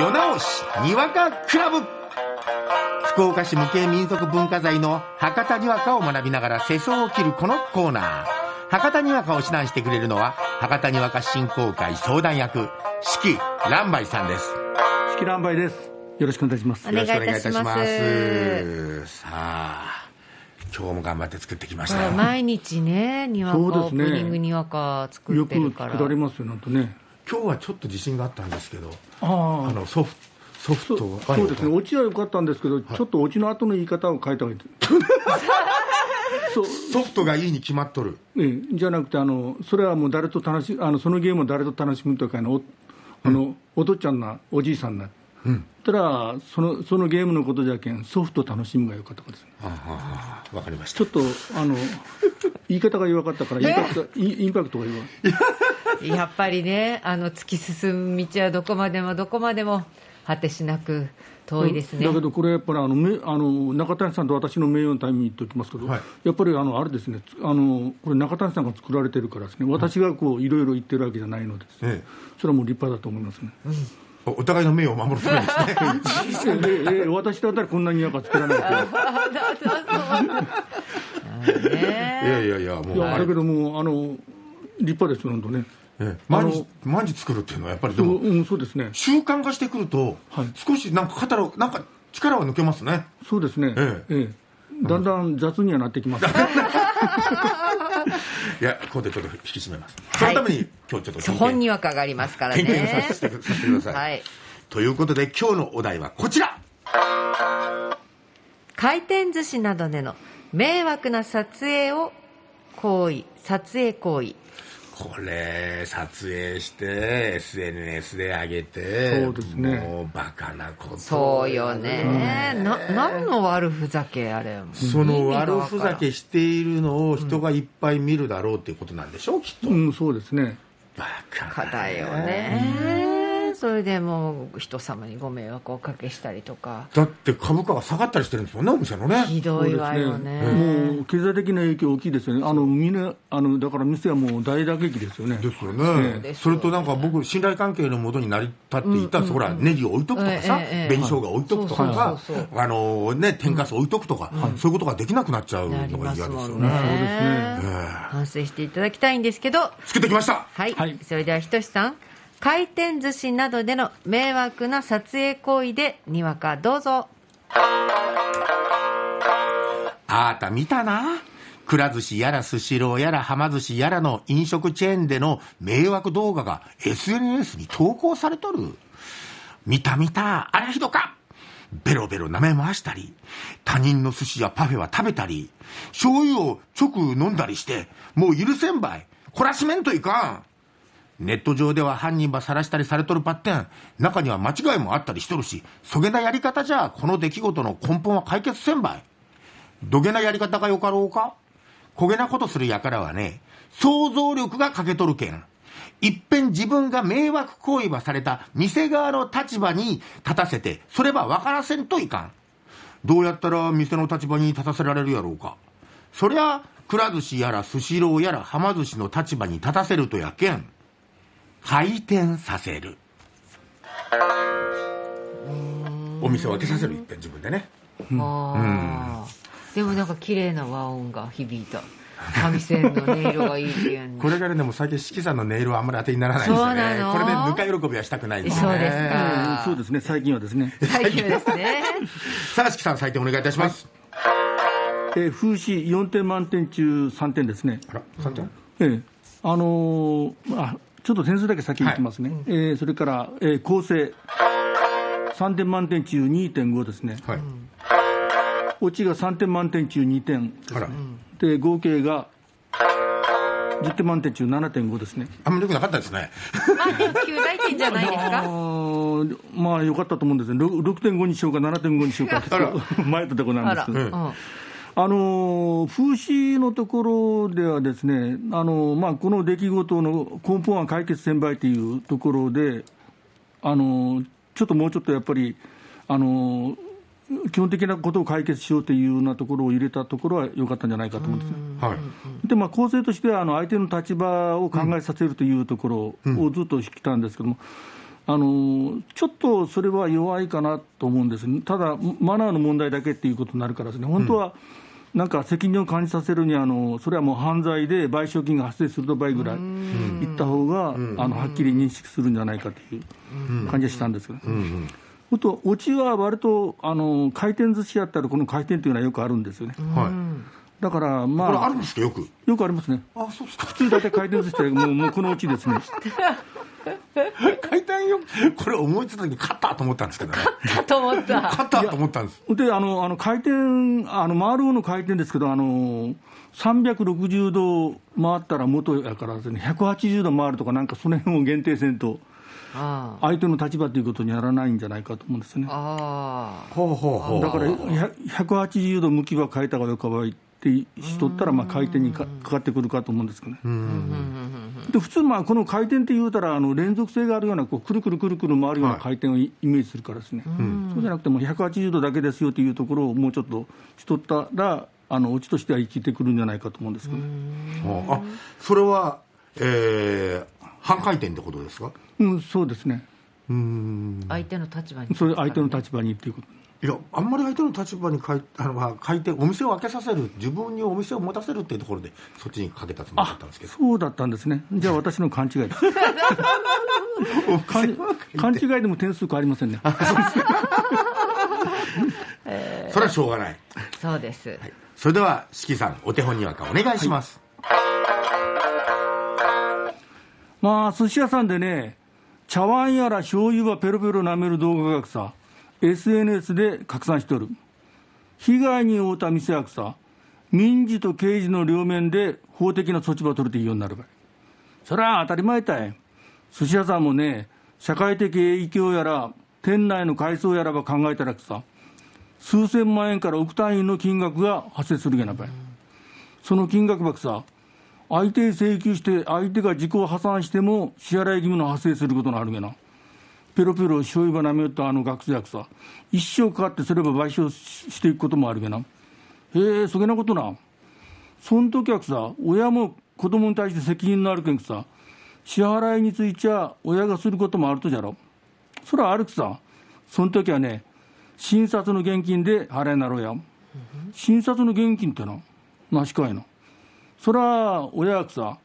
夜直しにわかクラブ福岡市無形民族文化財の博多にわかを学びながら世相を切るこのコーナー博多にわかを指南してくれるのは博多にわか振興会相談役四季蘭梅さんです式乱梅ですよろしくお願いしますよろしくお願いいたしおま願いいたしすさあ今日も頑張って作ってきましたよ毎日ね、にわか、そうオでーすプねニングにわか作よっくてるから。作られますよなんとね今日はちょっと自信があったんですけどああのソフソフトそはそうですねオチは良かったんですけど、ちょっとオチの後の言い方を変えた方がい いそうソフトがいいに決まっとるええじゃなくてあのそれはもう誰と楽しあのそのゲームを誰と楽しむというかあのおあの、お父ちゃんなおじいさんな、たらそのそのゲームのことじゃけんソフト楽しむがよかったかですねああわかりましちょっとあ の言い方が弱かったからインパクトがインインパクトが弱いやっぱりね、あの突き進む道はどこまでもどこまでも果てしなく遠いですね だ。けどこれやっぱりあのめあの中谷さんと私の名誉のために言っておきますけど、はいやっぱりあのあれですねつあのこれ中谷さんが作られてるからですね私がこういろいろ言ってるわけじゃないのです、ええそれはもう立派だと思います ね、おお互いの名誉を守るため ですねええええ私だったらこんなになんか作らないといやいやいやもいうやあだれけどもうあの立派ですよなんとねええ毎日毎日作るっていうのはやっぱりでうもん、そうですね習慣化してくると、はい少しなんか肩のなんか力は抜けますねそうですね、ええええだんだん雑にはなってきます、いやここでちょっと引き締めます、はいそのために今日ちょっとそう真本剣にわかがありますから真剣にさね。せてさせてください、はい。ということで今日のお題はこちら回転寿司などでの迷惑な撮影を行為、撮影行為。これ撮影して SNS で上げてそうですねもうバカなことそうよね。な、何の悪ふざけあれ。その意味が悪わからんふざけしているのを人がいっぱい見るだろうっていうことなんでしょうきっと、うん、そうですねバカかなだよねそれでもう人様にご迷惑をおかけしたりとかだって株価が下がったりしてるんですもんねお店のねひどいわよねそうですねもう経済的な影響大きいですよね、あのみんなあのだから店はもう大打撃ですよね、ですよね、ですよねそれとなんか僕信頼関係のもとになり立っていた、そこらネギを置いとくとかさ、ええええ紅生姜置いとくとかさ、はいそうそうそうあのね天かす置いとくとか、そういうことができなくなっちゃうのなりがま嫌ですもすよんねねね反省していただきたいんですけど作ってきましたはい、はいそれではひとしさん回転寿司などでの迷惑な撮影行為でにわかどうぞあーた見たなくら寿司やらスシローやらはま寿司やらの飲食チェーンでの迷惑動画が SNS に投稿されとる見た見たあれひどかベロベロ舐め回したり他人の寿司やパフェは食べたり醤油を直飲んだりしてもう許せんばい懲らしめんといかんネット上では犯人ば晒したりされとるパッテン中には間違いもあったりしとるしそげなやり方じゃこの出来事の根本は解決せんばいどげなやり方がよかろうかこげなことするやからはね、想像力が欠けとるけん。いっぺん自分が迷惑行為ばされた店側の立場に立たせて、それば分からせんといかん。どうやったら店の立場に立たせられるやろうか。そりゃ、くら寿司やらスシローやらはま寿司の立場に立たせるとやけん。回転させる。お店を開けさせる、いっぺん自分でね。あーでもなんか綺麗な和音が響いた三味線の音色がいいっていうのこれからでも最近四季さんのネイルはあんまり当てにならないですよそうねなのこれでぬか喜びはしたくないですねそうですかうんそうですね、最近はですね、最近ですねさあ四季さん採点お願いいたします、えー風刺4点満点中3点ですね、あら3点ええあのーあちょっと点数だけ先にいきますね、えーそれから、えー構成、3点満点中2.5ですね、はい、オチが3点満点中2点、あらで合計が10点満点中7.5ですね。あんまり良くなかったですねまあ9大点じゃないです あかーまあ良かったと思うんですね、ろ6.5にしようか、7.5にしようか、ちょっと迷ったところなんあですら、けうど、んあのー風刺のところではですね、あのーまあ、この出来事の根本は解決せんばいというところで、あのーちょっともうちょっとやっぱり、あのー基本的なことを解決しようというようなところを入れたところは良かったんじゃないかと思うんですね。はいでまあ、構成としてはあの相手の立場を考えさせるというところをずっとしてきたんですけども、あのちょっとそれは弱いかなと思うんです、ただ、マナーの問題だけっていうことになるから、ですね本当は、なんか責任を感じさせるにあの、それはもう犯罪で賠償金が発生すると倍ぐらいいった方が、あのはっきり認識するんじゃないかという感じがしたんですけど、あと、オチは割とあの回転寿司やったら、この回転というのはよくあるんですよね。はい。だこから、れあまるんですか、よく。あ、よくありますね。あ、そうですか。普通大体回転寿司ってもう、もうこのうちですね。回転よ。これ思いついた時、勝ったと思ったんですけどね。だと思った。勝ったと思ったんです。で、あの、あの回転、あの、回る方の回転ですけど、あの、360度回ったら元やからですね、180度回るとか、なんかその辺を限定せんと、あ相手の立場ということにならないんじゃないかと思うんですね。あ。ああ。ほうほうほう。だから、100 180度向きは変えた方がよかばいってしとったら、まあ、回転にかかかってくるかと思うんですけどね。で普通、まあこの回転って言うたら、あの連続性があるような、こうくるくるくるくる回るようなはい回転をイイメージするからですね、そうじゃなくて、もう180度だけですよというところをもうちょっとしとったら、あのオチとしては生きてくるんじゃないかと思うんですけどね、ああそれは、えー、半回転ってことですかうん、そうですね、相手の立場に。それ、相手の立場にっていうこと。いやあんまり相手の立場にかいあの、まあ、回転お店を開けさせる自分にお店を持たせるっていうところでそっちにかけたつもりだったんですけどそうだったんですね、じゃあ私の勘違いです。勘勘違いでも点数変わりませんね。それはしょうがないそうです。それでは四季さんお手本にわかお願いします、まあ、寿司屋さんでね、茶碗やら醤油ばペロペロ舐める動画がさ、SNS で拡散しとる。被害に遭うた店はさ、民事と刑事の両面で法的な措置ば取れていいようになるばい。それは当たり前たい。寿司屋さんもね、社会的影響やら、店内の改装やらば考えたらさ、数千万円から億単位の金額が発生するやなばい。その金額ばくさ、相手へ請求して、相手が自己破産しても、支払い義務の発生することがあるげな。ペロペロ醤油ば舐めよったあの学生やくさ、一生かかってすれば賠償ししていくこともあるげな。へえ、そげなことな。そん時はくさ、親も子供に対して責任のあるけんくさ、支払いについちゃ親がすることもあるとじゃろ。そらあるくさ、そん時はね、診察の現金で払いなろうや。診察の現金ってな、なしかいな。それは親はさ、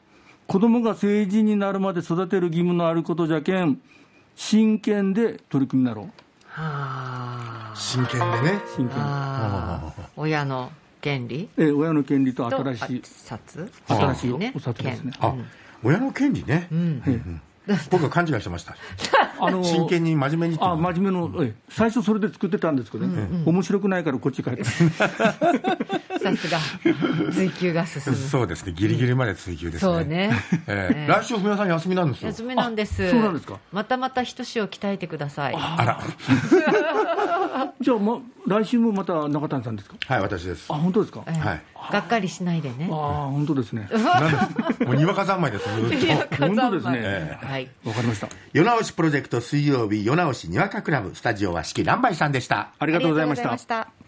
子供が成人になるまで育てる義務のあることじゃけん、真剣で取り組みなろう、あ真剣でね真剣にあ。親の権利。えー親の権利とと新しい、札。新しいおねお札ですね。あ、親の権利ね、僕は勘違いしてましたあの真剣に真面目にってあ真面目の、えー最初それで作ってたんですけどね、面白くないからこっち帰 って、剣さ すが。追求が進む。そうですねギリギリまで追求ですね、そうね。えー来週文也さん休みなんですよ休みなんです。そうなんですか。またまた人志を鍛えてください。あらじゃあ、ま、来週もまた中谷さんですか、はい私ですあ本当ですか、えあえはいがっかりしないでねあ。本当です ね、なんでもうにわか三昧 ですずーっと本当ですねええはい。わかりました、夜直しプロジェクト水曜日夜直しにわかクラブスタジオは四季乱梅さんでしたありがとうございました。た。